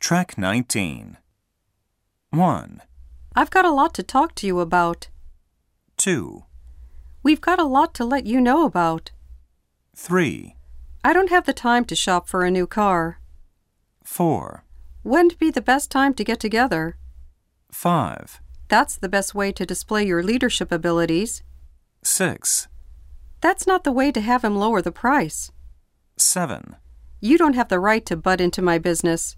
Track 19. 1, I've got a lot to talk to you about. 2, We've got a lot to let you know about. 3, I don't have the time to shop for a new car. 4, When'd be the best time to get together? 5, That's the best way to display your leadership abilities. 6, That's not the way to have him lower the price. 7. You don't have the right to butt into my business.